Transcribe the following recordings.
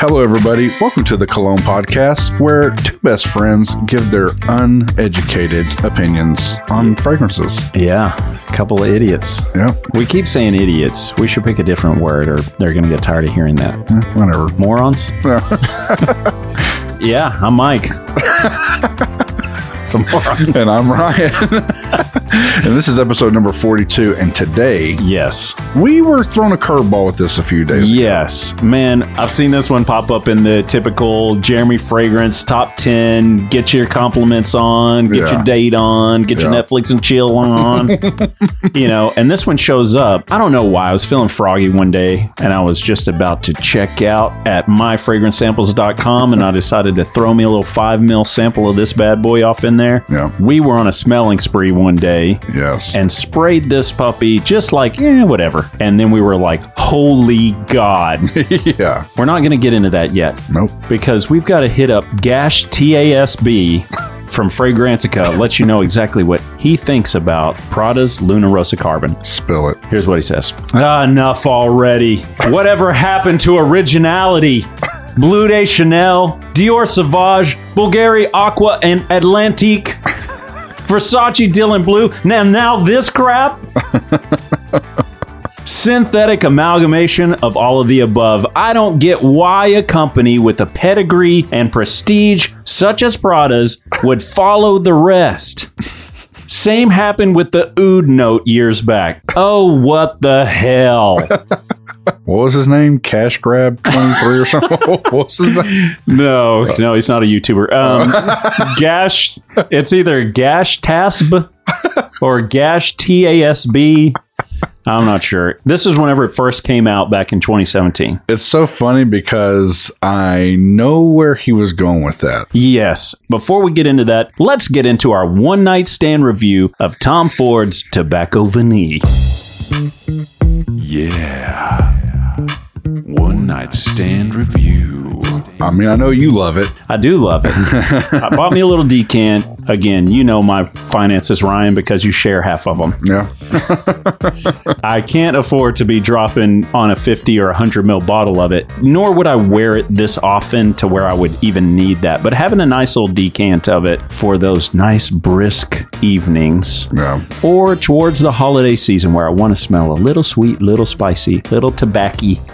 Hello, everybody. Welcome to the Cologne Podcast, where two best friends give their uneducated opinions on fragrances. Yeah, a couple of idiots. Yeah, We keep saying idiots. We should pick a different word or they're going to get tired of hearing that. eh, whatever. Morons? Yeah, I'm Mike. the moron. and I'm Ryan. and this is episode number 42. And today, Yes. we were thrown a curveball with this a few days ago. Yes. Man, I've seen this one pop up in the typical Jeremy Fragrance top 10. Get your compliments on, get Yeah. your date on, get Yeah. your Netflix and chill on. you know, and this one shows up. I don't know why. I was feeling froggy one day and I was just about to check out at myfragrancesamples.com and I decided to throw me a little five mil sample of this bad boy off in there. Yeah. We were on a smelling spree one day Yes. and sprayed this puppy just like, eh, whatever. And then we were like, holy God. yeah. we're not going to get into that yet Nope. because we've got to hit up Gash TASB from Fragrantica, let you know exactly what he thinks about Prada's Luna Rosa Carbon. Spill it. Here's what he says ah, Enough already. Whatever happened to originality? Blue Day Chanel, Dior Sauvage, Bulgari Aqua, and Atlantique. Versace Dylan Blue. Now, now this crap? Synthetic amalgamation of all of the above. I don't get why a company with a pedigree and prestige such as Prada's would follow the rest. Same happened with the Oud note years back. Oh, what the hell? What was his name? Cash Grab 23 or something? what was his name? No, no, he's not a YouTuber. Um, Gash, it's either Gash Tasb or Gash TASB. I'm not sure. This is whenever it first came out back in 2017. It's so funny because I know where he was going with that. Yes. Before we get into that, let's get into our one night stand review of Tom Ford's Tobacco Vanille. One Night Stand Review. I mean, I know you love it. I do love it. I bought me a little decant. Again, you know my finances, Ryan, because you share half of them. Yeah. I can't afford to be dropping on a 50 or 100 mil bottle of it, nor would I wear it this often to where I would even need that. But having a nice little decant of it for those nice, brisk evenings Yeah. or towards the holiday season where I want to smell a little sweet, little spicy, little tobacco,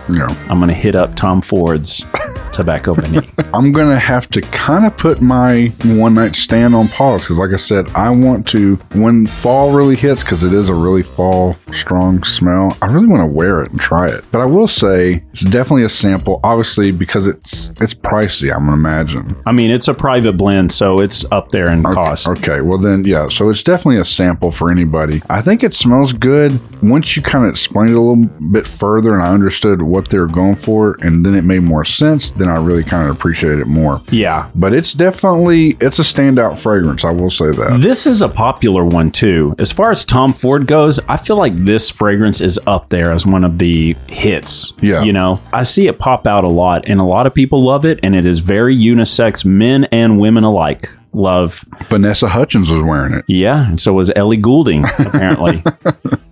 Yeah. I'm going to hit up Tom Ford's Tobacco Vanille. I'm gonna have to kind of put my one night stand on pause because, like I said, I want to when fall really hits because it is a really fall strong smell. I really want to wear it and try it. But I will say it's definitely a sample, obviously because it's it's pricey. I'm gonna imagine. I mean, it's a private blend, so it's up there in cost. Okay, well then, yeah. So it's definitely a sample for anybody. I think it smells good. Once you kind of explained it a little bit further, and I understood what they were going for, and then it made more sense. Then I really kind of appreciated it more. Yeah. but it's definitely it's a standout fragrance i will say that This is a popular one too. As far as Tom Ford goes, I feel like this fragrance is up there as one of the hits. Yeah. You know, I see it pop out a lot and a lot of people love it and it is very unisex, men and women alike. Love vanessa hutchins was wearing it Yeah, and so was Ellie Goulding, apparently.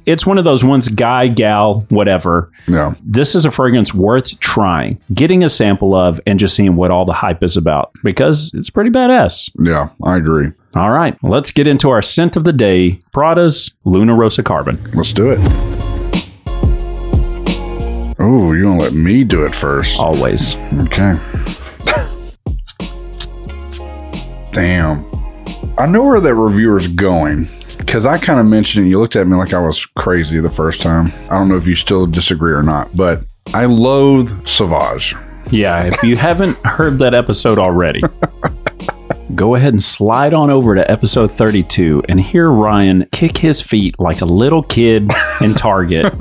it's one of those ones, guy, gal, whatever. yeah This is a fragrance worth trying, getting a sample of, and just seeing what all the hype is about because it's pretty badass. yeah i agree All right, let's get into our scent of the day Prada's Luna Rosa Carbon. let's do it oh you're gonna let me do it first Always. okay damn i know where that reviewer's going because i kind of mentioned it you looked at me like i was crazy the first time i don't know if you still disagree or not but i loathe sauvage Yeah, if you haven't heard that episode already, go ahead and slide on over to episode 32 and hear Ryan kick his feet like a little kid in Target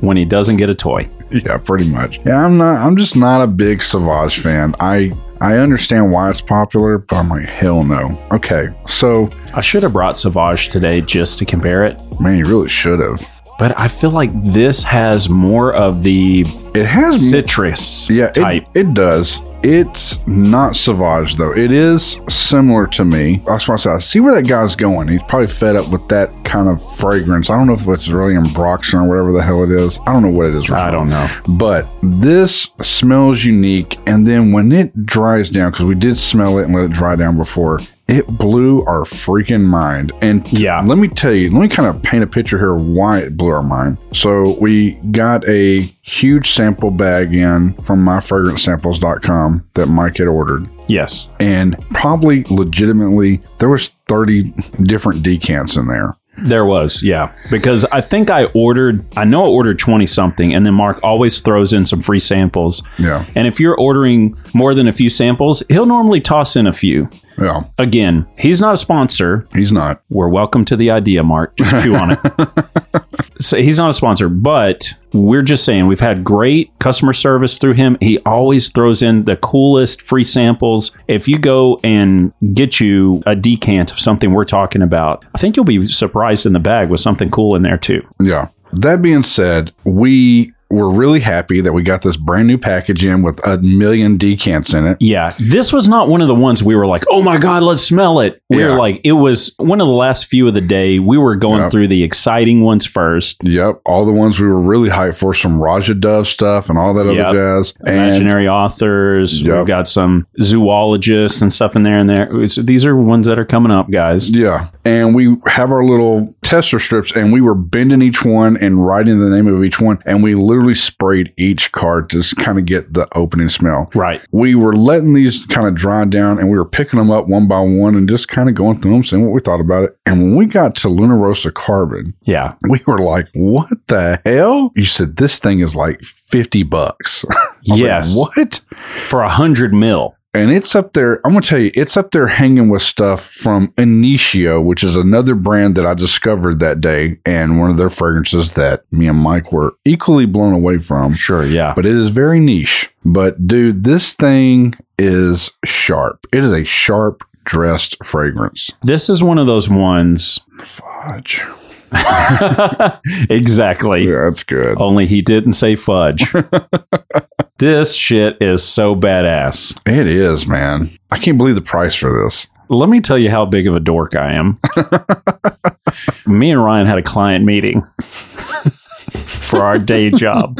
when he doesn't get a toy. Yeah, pretty much. Yeah, I'm not. I'm just not a big Sauvage fan. I I understand why it's popular, but I'm like, hell no. Okay, so I should have brought Sauvage today just to compare it. man, you really should have. But I feel like this has more of the It has more- citrus yeah, it- type. It, does. It's not Savage though. It is similar to me. That's why I said I see where that guy's going. He's probably fed up with that kind of fragrance. I don't know if it's really ambroxan or whatever the hell it is. I don't know what it is. I don't know. But this smells unique. And then when it dries down, because we did smell it and let it dry down before, it blew our freaking mind. And t- Yeah. let me tell you, let me kind of paint a picture here of why it blew our mind. So we got a huge sample bag in from myfragrancesamples.com that Mike had ordered Yes. and probably legitimately there was 30 different decants in there. There was, yeah. Because I think I ordered, I know I ordered 20 something, and then Mark always throws in some free samples. Yeah. And if you're ordering more than a few samples, he'll normally toss in a few. Yeah. Again, he's not a sponsor. He's not. We're welcome to the idea, Mark. Just chew on it. So he's not a sponsor, but we're just saying we've had great customer service through him. He always throws in the coolest free samples. If you go and get you a decant of something we're talking about, I think you'll be surprised in the bag with something cool in there too. Yeah. That being said, we were really happy that we got this brand new package in with a million decants in it. Yeah. This was not one of the ones we were like, oh my God, let's smell it. We Yeah. were like, it was one of the last few of the day. We were going Yep. through the exciting ones first. Yep. All the ones we were really hyped for, some Raja Dove stuff and all that Yep. other jazz. And imaginary authors. Yep. We've got some zoologists and stuff in there. And there, so these are ones that are coming up, guys. yeah. And we have our little tester strips and we were bending each one and writing the name of each one. And we literally sprayed each card to just kind of get the opening smell. Right. We were letting these kind of dry down and we were picking them up one by one and just kind of going through them, seeing what we thought about it. And when we got to Luna Rosa Carbon, Yeah. we were like, what the hell? You said this thing is like 50 bucks. I was like, Yes. what? For a hundred mil. And it's up there. I'm going to tell you, it's up there hanging with stuff from Inicio, which is another brand that I discovered that day and one of their fragrances that me and Mike were equally blown away from. Sure. Yeah. But it is very niche. But dude, this thing is sharp. It is a sharp dressed fragrance. This is one of those ones. Fudge. Exactly. Yeah, that's good. Only he didn't say fudge. this shit is so badass. It is, man. I can't believe the price for this. Let me tell you how big of a dork I am. me and Ryan had a client meeting for our day job.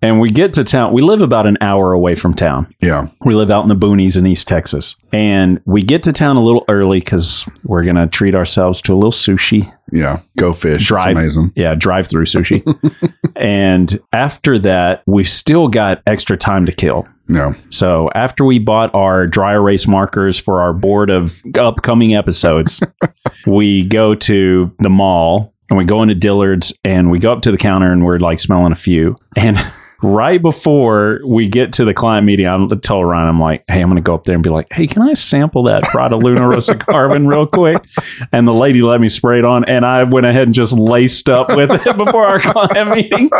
and we get to town. We live about an hour away from town. Yeah. We live out in the boonies in East Texas. And we get to town a little early because we're going to treat ourselves to a little sushi Yeah. Go fish. drive. It's amazing. Yeah, drive through sushi. and after that, we've still got extra time to kill. Yeah. So after we bought our dry erase markers for our board of upcoming episodes, we go to the mall and we go into Dillard's and we go up to the counter and we're like smelling a few. And right before we get to the client meeting, I tell Ryan, I'm like, hey, I'm going to go up there and be like, hey, can I sample that Prada Luna Rosa Carbon real quick? And the lady let me spray it on and I went ahead and just laced up with it before our client meeting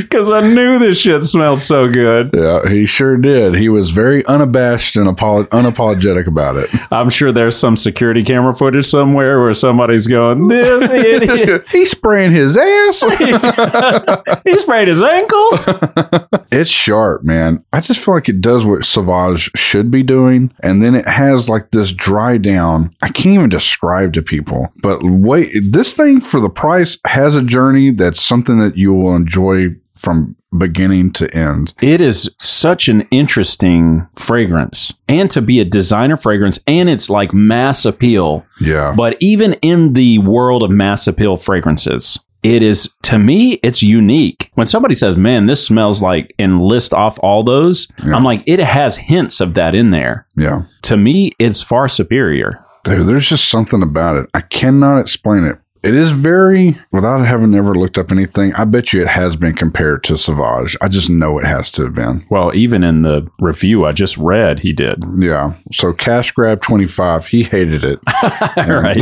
because I knew this shit smelled so good. Yeah. He sure did. He was very unabashed and apolo- unapologetic about it. I'm sure there's some security camera footage somewhere where somebody's going, This idiot, He's spraying his ass. he sprayed his ankles. It's sharp, man. I just feel like it does what Sauvage should be doing. And then it has like this dry down. I can't even describe to people, but wait, this thing for the price has a journey that's something that you will enjoy from beginning to end. It is such an interesting fragrance and to be a designer fragrance, and it's like mass appeal. Yeah. But even in the world of mass appeal fragrances, it is to me, it's unique. When somebody says, Man, this smells like, and list off all those, I'm like, It has hints of that in there. yeah. To me, it's far superior. Dude, there's just something about it. I cannot explain it. It is very, without having ever looked up anything, I bet you it has been compared to Sauvage. I just know it has to have been. Well, even in the review I just read, he did. Yeah. So Cash Grab 25, he hated it. All right.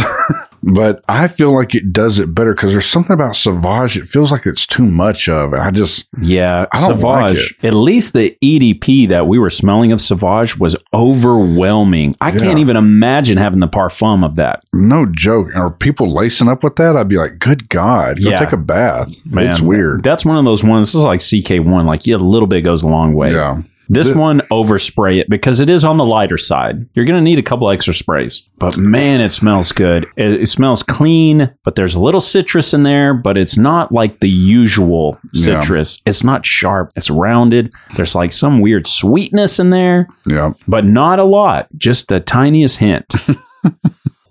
but I feel like it does it better because there's something about Sauvage. It feels like it's too much of. And I just Yeah, I don't like Sauvage. At least the EDP that we were smelling of Sauvage was overwhelming. I Yeah. can't even imagine having the parfum of that. no joke. Are people lacing up with that? I'd be like, good God, go Yeah. take a bath. Man, it's weird. That's one of those ones. This is like CK1. Like, yeah, a little bit goes a long way. yeah. This one overspray it because it is on the lighter side. You're going to need a couple extra sprays. But man, it smells good. It, it smells clean, but there's a little citrus in there, but it's not like the usual Yeah. citrus. It's not sharp. It's rounded. There's like some weird sweetness in there, Yeah. but not a lot. Just the tiniest hint.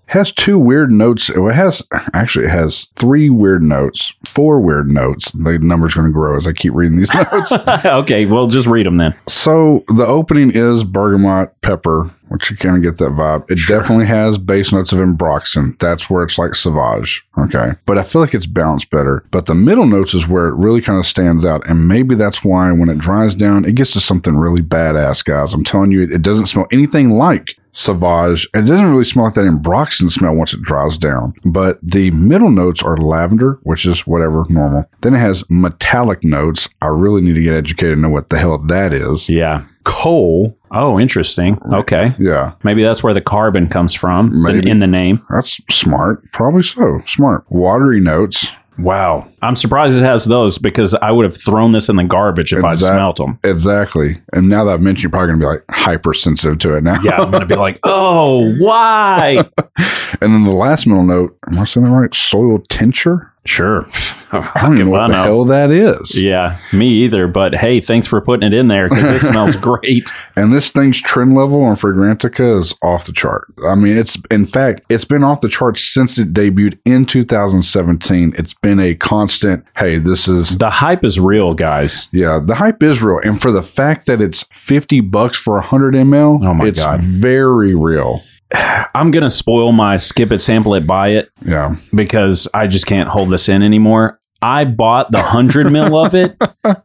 has two weird notes. It has actually it has three weird notes, four weird notes. The number's going to grow as I keep reading these notes. okay, well, just read them then. so the opening is bergamot pepper, which you kind of get that vibe. It definitely has base notes of ambroxan. That's where it's like sauvage. Okay, but I feel like it's balanced better. But the middle notes is where it really kind of stands out, and maybe that's why when it dries down, it gets to something really badass, guys. I'm telling you, it, it doesn't smell anything like Sauvage. It doesn't really smell like that ambroxan smell once it dries down, but the middle notes are lavender, which is whatever normal. Then it has metallic notes. I really need to get educated and know what the hell that is. Yeah. Coal. Oh, interesting. Okay. Yeah, Maybe that's where the carbon comes from the- Maybe. in the name. that's smart. Probably so. Smart. Watery notes. Wow. I'm surprised it has those because I would have thrown this in the garbage if Exact- I smelt them. Exactly. And now that I've mentioned, you're probably going to be like hypersensitive to it now. Yeah, I'm going to be like, oh, why? And then the last middle note, am I saying that right? Soil tincture? sure. I don't even know I what the know. hell that is. Yeah, me either. But hey, thanks for putting it in there because it smells great. And this thing's trend level on Fragrantica is off the chart. I mean, it's in fact, it's been off the charts since it debuted in 2017. It's been a constant, hey, this is The hype is real, guys. yeah, the hype is real. And for the fact that it's 50 bucks for 100 ml, Oh my it's God. very real. I'm going to spoil my skip it, sample it, buy it Yeah. because I just can't hold this in anymore. I bought the 100 mil of it.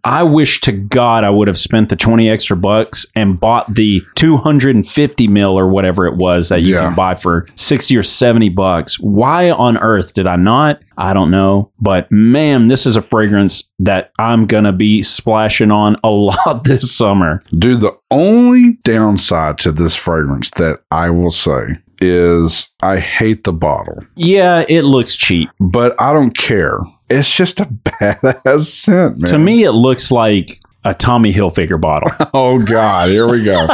I wish to God I would have spent the 20 extra bucks and bought the 250 mil or whatever it was that you Yeah. can buy for 60 or 70 bucks. Why on earth did I not? I don't know. But man, this is a fragrance that I'm going to be splashing on a lot this summer. Dude, the only downside to this fragrance that I will say is I hate the bottle. Yeah, it looks cheap. but I don't care. It's just a badass scent, man. To me, it looks like a Tommy Hilfiger bottle. oh God, here we go.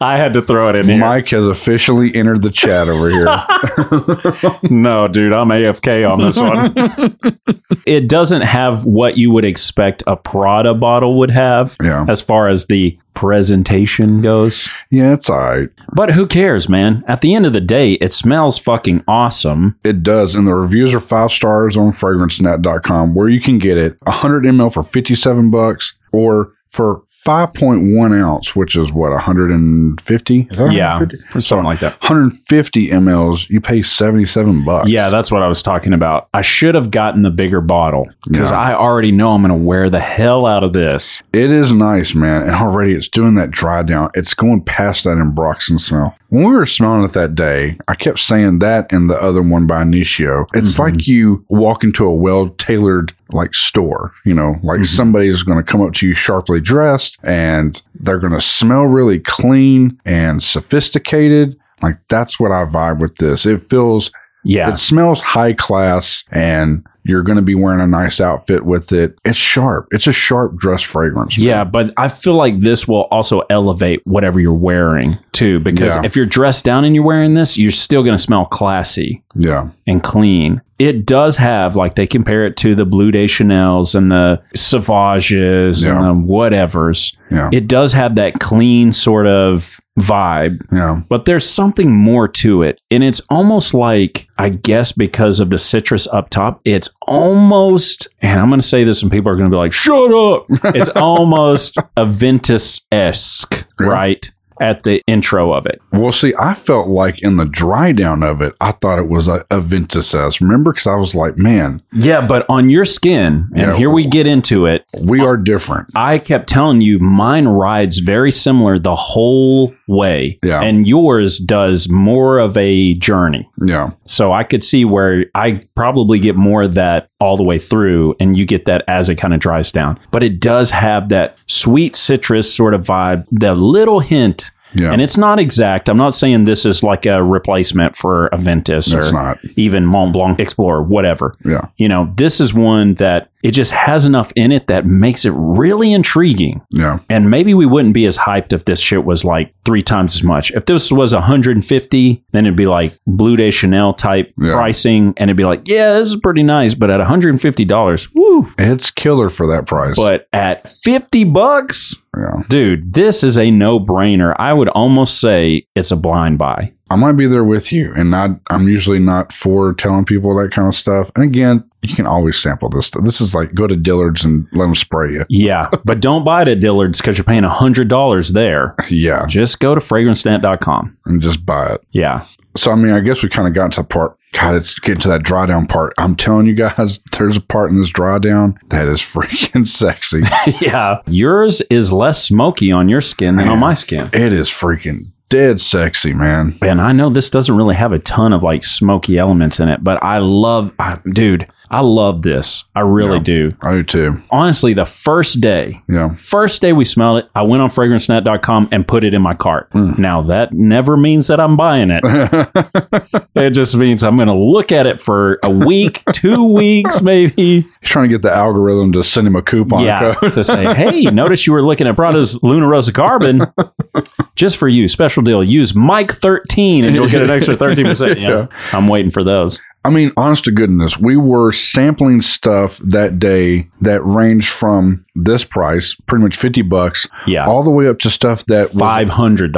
I had to throw it in here. Mike has officially entered the chat over here. No, dude, I'm AFK on this one. it doesn't have what you would expect a Prada bottle would have Yeah. as far as the presentation goes. yeah, it's all right. But who cares, man? At the end of the day, it smells fucking awesome. It does. And the reviews are five stars on fragrancenet.com where you can get it 100 ml for 57 bucks or for 5.1 ounce, which is what, 150? Yeah. Something like that. 150 mls, you pay 77 bucks. Yeah, that's what I was talking about. I should have gotten the bigger bottle because Yeah. I already know I'm going to wear the hell out of this. It is nice, man. And already it's doing that dry down. It's going past that Ambroxan smell. When we were smelling it that day, I kept saying that and the other one by Nichio. It's like you walk into a well tailored like store, you know, like somebody's going to come up to you sharply dressed and they're going to smell really clean and sophisticated. Like that's what I vibe with this. It feels Yeah. it smells high class and you're going to be wearing a nice outfit with it. It's sharp. It's a sharp dress fragrance. Yeah, but I feel like this will also elevate whatever you're wearing too. Because Yeah. if you're dressed down and you're wearing this, you're still going to smell classy Yeah. and clean. It does have, like, they compare it to the Blue Day Chanels and the Sauvages Yeah. and the whatevers. Yeah. It does have that clean sort of vibe, yeah. but there's something more to it. And it's almost like, I guess, because of the citrus up top, it's almost, and I'm going to say this and people are going to be like, shut up. It's almost Aventus esque, Yeah. right? at the intro of it. Well, see, I felt like in the dry down of it, I thought it was a, a venticess. Remember? Because I was like, man, Yeah, but on your skin, and Yeah. here we get into it. we are different. I kept telling you mine rides very similar the whole way. Yeah. And yours does more of a journey. Yeah. So I could see where I probably get more of that all the way through, and you get that as it kind of dries down. But it does have that sweet citrus sort of vibe, the little hint. Yeah. And it's not exact. I'm not saying this is like a replacement for It's Aventus or not. even Mont Blanc Explorer, whatever. Yeah. You know, this is one that it just has enough in it that makes it really intriguing. Yeah. And maybe we wouldn't be as hyped if this shit was like three times as much. If this was 150, then it'd be like Blue Day Chanel type Yeah. pricing, and it'd be like, yeah, this is pretty nice, but at 150 dollars, woo! It's killer for that price. But at 50 bucks, yeah. dude, this is a no brainer. I would almost say it's a blind buy. I might be there with you. And not, I'm usually not for telling people that kind of stuff. And again, you can always sample this stuff. This is like go to Dillard's and let them spray you. Yeah, but don't buy it at Dillard's because you're paying $100 there. Yeah. Just go to fragrancenet.com. And just buy it. Yeah. So, I mean, I guess we kind of got to the part. God, it's getting to that drawdown part. I'm telling you guys, there's a part in this drawdown that is freaking sexy. Yeah. Yours is less smoky on your skin than on my skin. It is freaking dead sexy, man. And I know this doesn't really have a ton of like smoky elements in it, but I love, I, dude, I love this. I really do. I do too. Honestly, the first day, Yeah. first day we smelled it, I went on fragrancenet.com and put it in my cart. Now, that never means that I'm buying it. it just means I'm going to look at it for a week, two weeks, maybe. He's trying to get the algorithm to send him a coupon yeah, code. to say, hey, notice you were looking at Prada's Luna Rosa Carbon. Just for you, special deal. Use Mike 13 and you'll get an extra 13%. Yeah, I'm waiting for those. I mean, honest to goodness, we were sampling stuff that day that ranged from this price, pretty much 50 bucks, Yeah. all the way up to stuff that was $500,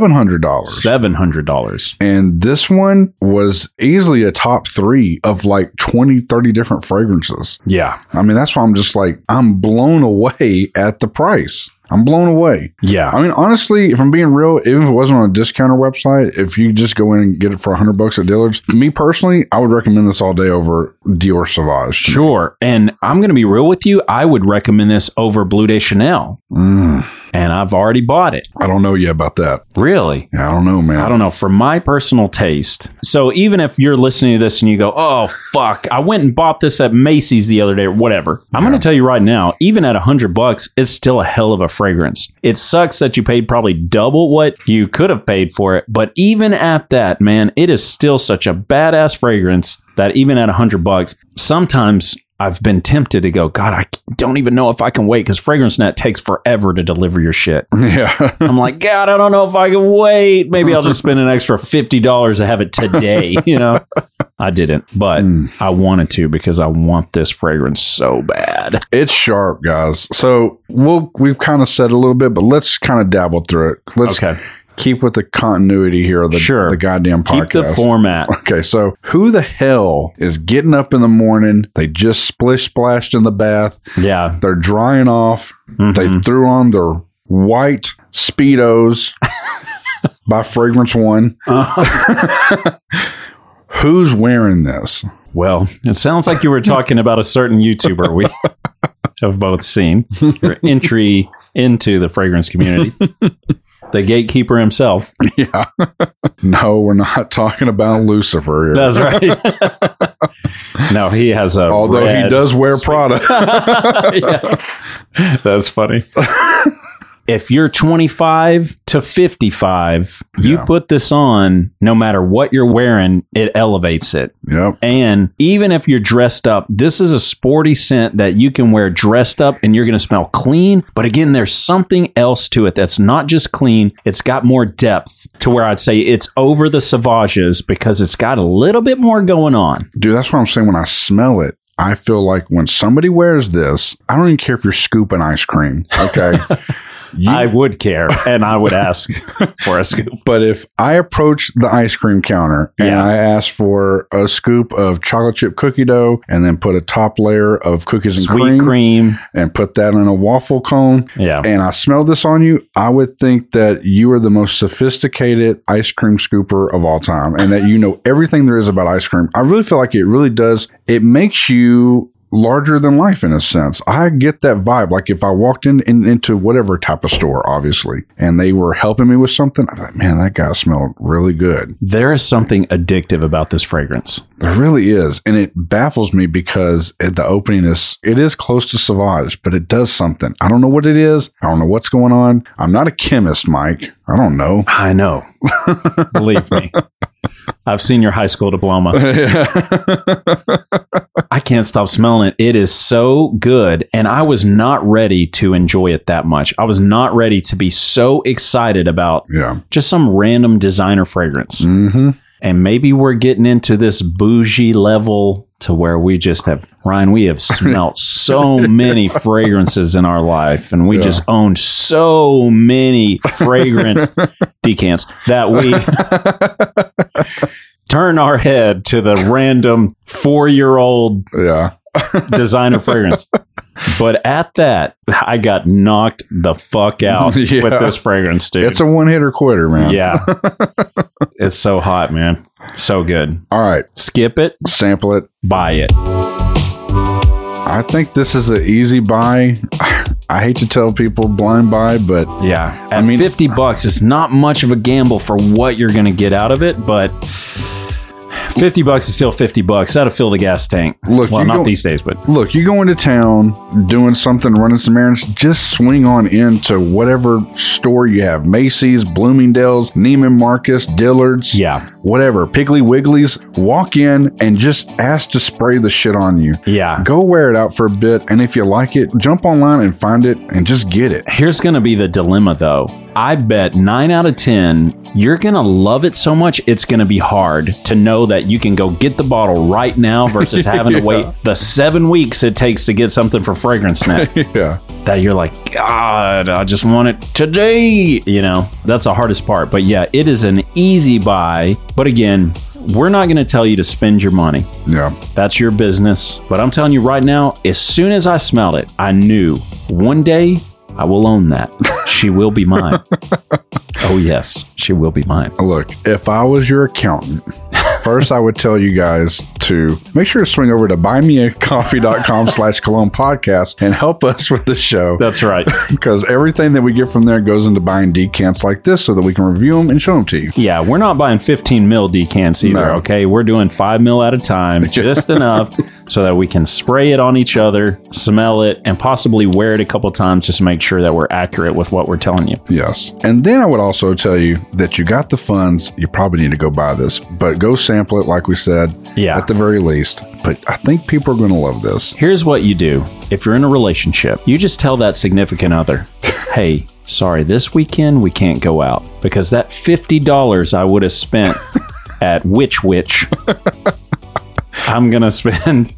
$700. $700. And this one was easily a top three of like 20, 30 different fragrances. Yeah. I mean, that's why I'm just like, I'm blown away at the price. I'm blown away. Yeah. I mean, honestly, if I'm being real, even if it wasn't on a discounter website, if you just go in and get it for 100 bucks at Dillard's, me personally, I would recommend this all day over Dior Sauvage. Sure. And I'm going to be real with you. I would recommend this over Blue Day Chanel. And I've already bought it. Mm, I don't know yet about that. Really? Yeah, I don't know, man. I don't know. For my personal taste, so even if you're listening to this and you go, "Oh fuck, I went and bought this at Macy's the other day," or whatever, I'm going to tell you right now, even at a hundred bucks, it's still a hell of a fragrance. It sucks that you paid probably double what you could have paid for it, but even at that, man, it is still such a badass fragrance that even at a hundred bucks, sometimes. I've been tempted to go, God, I don't even know if I can wait because Fragrance Net takes forever to deliver your shit. yeah. I'm like, God, I don't know if I can wait. Maybe I'll just spend an extra fifty dollars to have it today. You know, I didn't, but I wanted to because I want this fragrance so bad. it's sharp, guys. So we'll, we've kind of said a little bit, but let's kind of dabble through it. Let's Okay. keep with the continuity here of the, Sure. the goddamn podcast. Keep the format. Okay, so who the hell is getting up in the morning? They just splish splashed in the bath. Yeah, They're drying off. Mm-hmm. They threw on their white Speedos by Fragrance One. Uh-huh. Who's wearing this? Well, it sounds like you were talking about a certain YouTuber we have both seen. Your entry into the fragrance community. The gatekeeper himself. No, we're not talking about Lucifer here. That's right. no, he has a. Although he red- does wear Prada. That's funny. if you're 25 to 55, you put this on, no matter what you're wearing, it elevates it. yep. And even if you're dressed up, this is a sporty scent that you can wear dressed up and you're going to smell clean. But again, there's something else to it that's not just clean, it's got more depth to where I'd say it's over the Sauvages because it's got a little bit more going on. Dude, that's what I'm saying. When I smell it, I feel like when somebody wears this, I don't even care if you're scooping ice cream. Okay. I would care and I would ask for a scoop. But if I approach the ice cream counter and Yeah. I ask for a scoop of chocolate chip cookie dough and then put a top layer of cookies and Sweet cream, cream. and put that in a waffle cone Yeah. and I smelled this on you, I would think that you are the most sophisticated ice cream scooper of all time and that you know everything there is about ice cream. I really feel like it really does. It makes you larger than life in a sense. I get that vibe. Like if I walked in, in into whatever type of store, obviously, and they were helping me with something, I'm like, man, that guy smelled really good. There is something addictive about this fragrance. There really is. And it baffles me because at the opening is it is close to Sauvage, but it does something. I don't know what it is. I don't know what's going on. I'm not a chemist, Mike. I don't know. I know. Believe me. I've seen your high school diploma. I can't stop smelling it. It is so good. And I was not ready to enjoy it that much. I was not ready to be so excited about yeah. just some random designer fragrance. Mm-hmm. And maybe we're getting into this bougie level to where we just have, Ryan, we have smelt so many fragrances in our life and we just owned so many fragrance decants that we turn our head to the random four year old Yeah. designer fragrance. But at that, I got knocked the fuck out Yeah. with this fragrance, dude. It's a one hitter quitter, man. yeah. it's so hot, man. So good All right. skip it, Sample it. buy it. I think this is an easy buy. I hate to tell people blind buy, but Yeah. At mean- 50 bucks, it's not much of a gamble for what you're going to get out of it, but 50 bucks is still 50 bucks. That'll fill the gas tank. Look, well, you not don't- these days, but look, you go into town doing something, running some errands, just swing on into whatever store you have Macy's, Bloomingdale's, Neiman Marcus, Dillard's. yeah. Whatever, Piggly Wigglies, walk in and just ask to spray the shit on you. Yeah. Go wear it out for a bit, and if you like it, jump online and find it and just get it. Here's going to be the dilemma, though. I bet nine out of 10, you're going to love it so much, it's going to be hard to know that you can go get the bottle right now versus having to wait the seven weeks it takes to get something for Fragrance Net. Yeah. that you're like, God, I just want it today. You know, that's the hardest part. But yeah, it is an easy buy. But again, we're not going to tell you to spend your money. Yeah. That's your business. But I'm telling you right now, as soon as I smelled it, I knew one day I will own that. She will be mine. oh, yes, she will be mine. Look, if I was your accountant, first I would tell you guys to make sure to swing over to buymeacoffee.com slash cologne podcast and help us with the show That's right. because everything that we get from there goes into buying decants like this so that we can review them and show them to you. Yeah, we're not buying 15 mil decants either, No. okay? We're doing 5 mil at a time, just enough so that we can spray it on each other, smell it, and possibly wear it a couple times just to make sure that we're accurate with what we're telling you. Yes. And then I would also tell you that you got the funds. You probably need to go buy this, but go sample it, like we said, Yeah. at the very least. But I think people are going to love this. Here's what you do if you're in a relationship, you just tell that significant other, hey, sorry, this weekend we can't go out because that $50 I would have spent at Witch Witch, I'm going to spend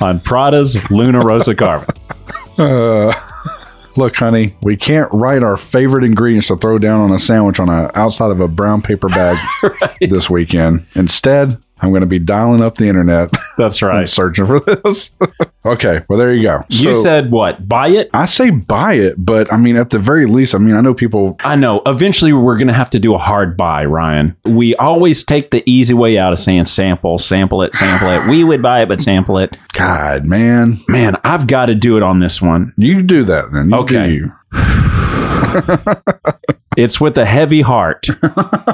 on Prada's Luna Rosa Carmen. Look, honey, we can't write our favorite ingredients to throw down on a sandwich on a outside of a brown paper bag this weekend. Instead, I'm going to be dialing up the internet That's right. and searching for this. okay, well there you go. You So, said what? Buy it? I say buy it, but I mean at the very least, I mean I know people. I know. Eventually, we're going to have to do a hard buy, Ryan. We always take the easy way out of saying sample, sample it, sample it. We would buy it, but sample it. God, man, Man, I've got to do it on this one. you do that then. You Okay. do you. It's with a heavy heart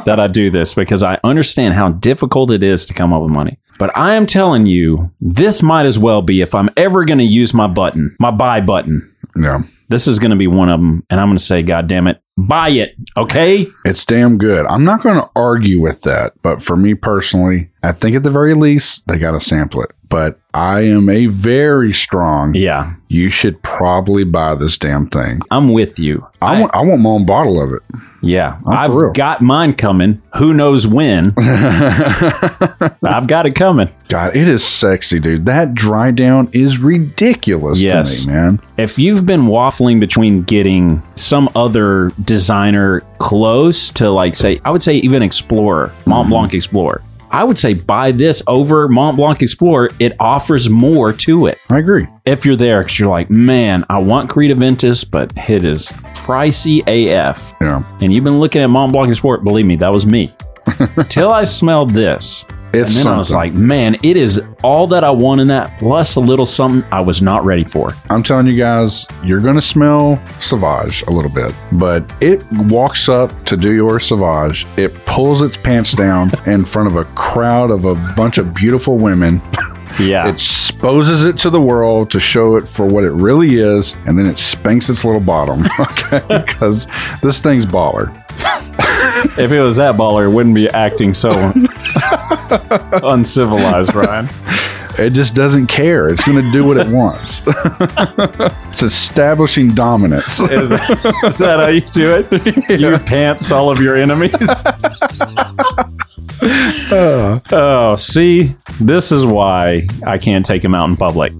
that I do this because I understand how difficult it is to come up with money. But I am telling you, this might as well be if I'm ever going to use my button, my buy button. Yeah, This is going to be one of them. And I'm going to say, God damn it, buy it. Okay. it's damn good. I'm not going to argue with that, but for me personally, I think at the very least they got to sample it. But I am a very strong. Yeah. you should probably buy this damn thing. I'm with you. I, want I want my own bottle of it. Yeah, I've Oh, for real. got mine coming. Who knows when? I've got it coming. God, it is sexy, dude. That dry down is ridiculous Yes. to me, man. If you've been waffling between getting some other designer close to, like, say, I would say even Explorer, Mont Mm-hmm. Blanc Explorer, I would say buy this over Mont Blanc Explorer. It offers more to it. I agree. If you're there, because you're like, man, I want Creed Aventus, but it is pricey AF. Yeah. And you've been looking at Mont Blanc Explorer, believe me, that was me. Till I smelled this. It's and then I was something. like, man, it is all that I want in that, plus a little something I was not ready for. I'm telling you guys, you're going to smell Sauvage a little bit, but it walks up to do your Sauvage. It pulls its pants down in front of a crowd of a bunch of beautiful women. Yeah. It exposes it to the world to show it for what it really is, and then it spanks its little bottom. Okay. Because this thing's baller. if it was that baller, it wouldn't be acting so uncivilized, Ryan. It just doesn't care. It's going to do what it wants. it's establishing dominance. Is, is that how you do it? You pants all of your enemies. oh, see, this is why I can't take him out in public.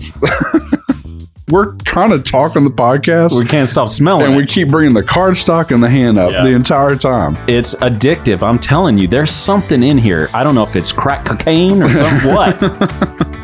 We're trying to talk on the podcast, We can't stop smelling. and it. we keep bringing the cardstock and the hand up Yeah. the entire time. It's addictive. I'm telling you, there's something in here. I don't know if it's crack cocaine or some what,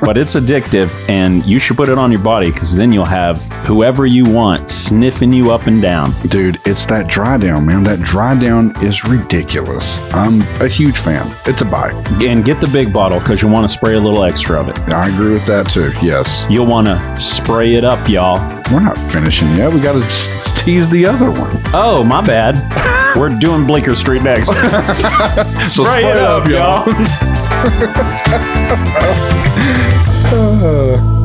but it's addictive, and you should put it on your body because then you'll have whoever you want sniffing you up and down. Dude, it's that dry down, man. That dry down is ridiculous. I'm a huge fan. It's a buy. And get the big bottle because you want to spray a little extra of it. I agree with that too. Yes. You'll want to spray it up, y'all. We're not finishing yet. We got to s- tease the other one. Oh, my bad. We're doing Bleecker Street next. So spray it up, y'all.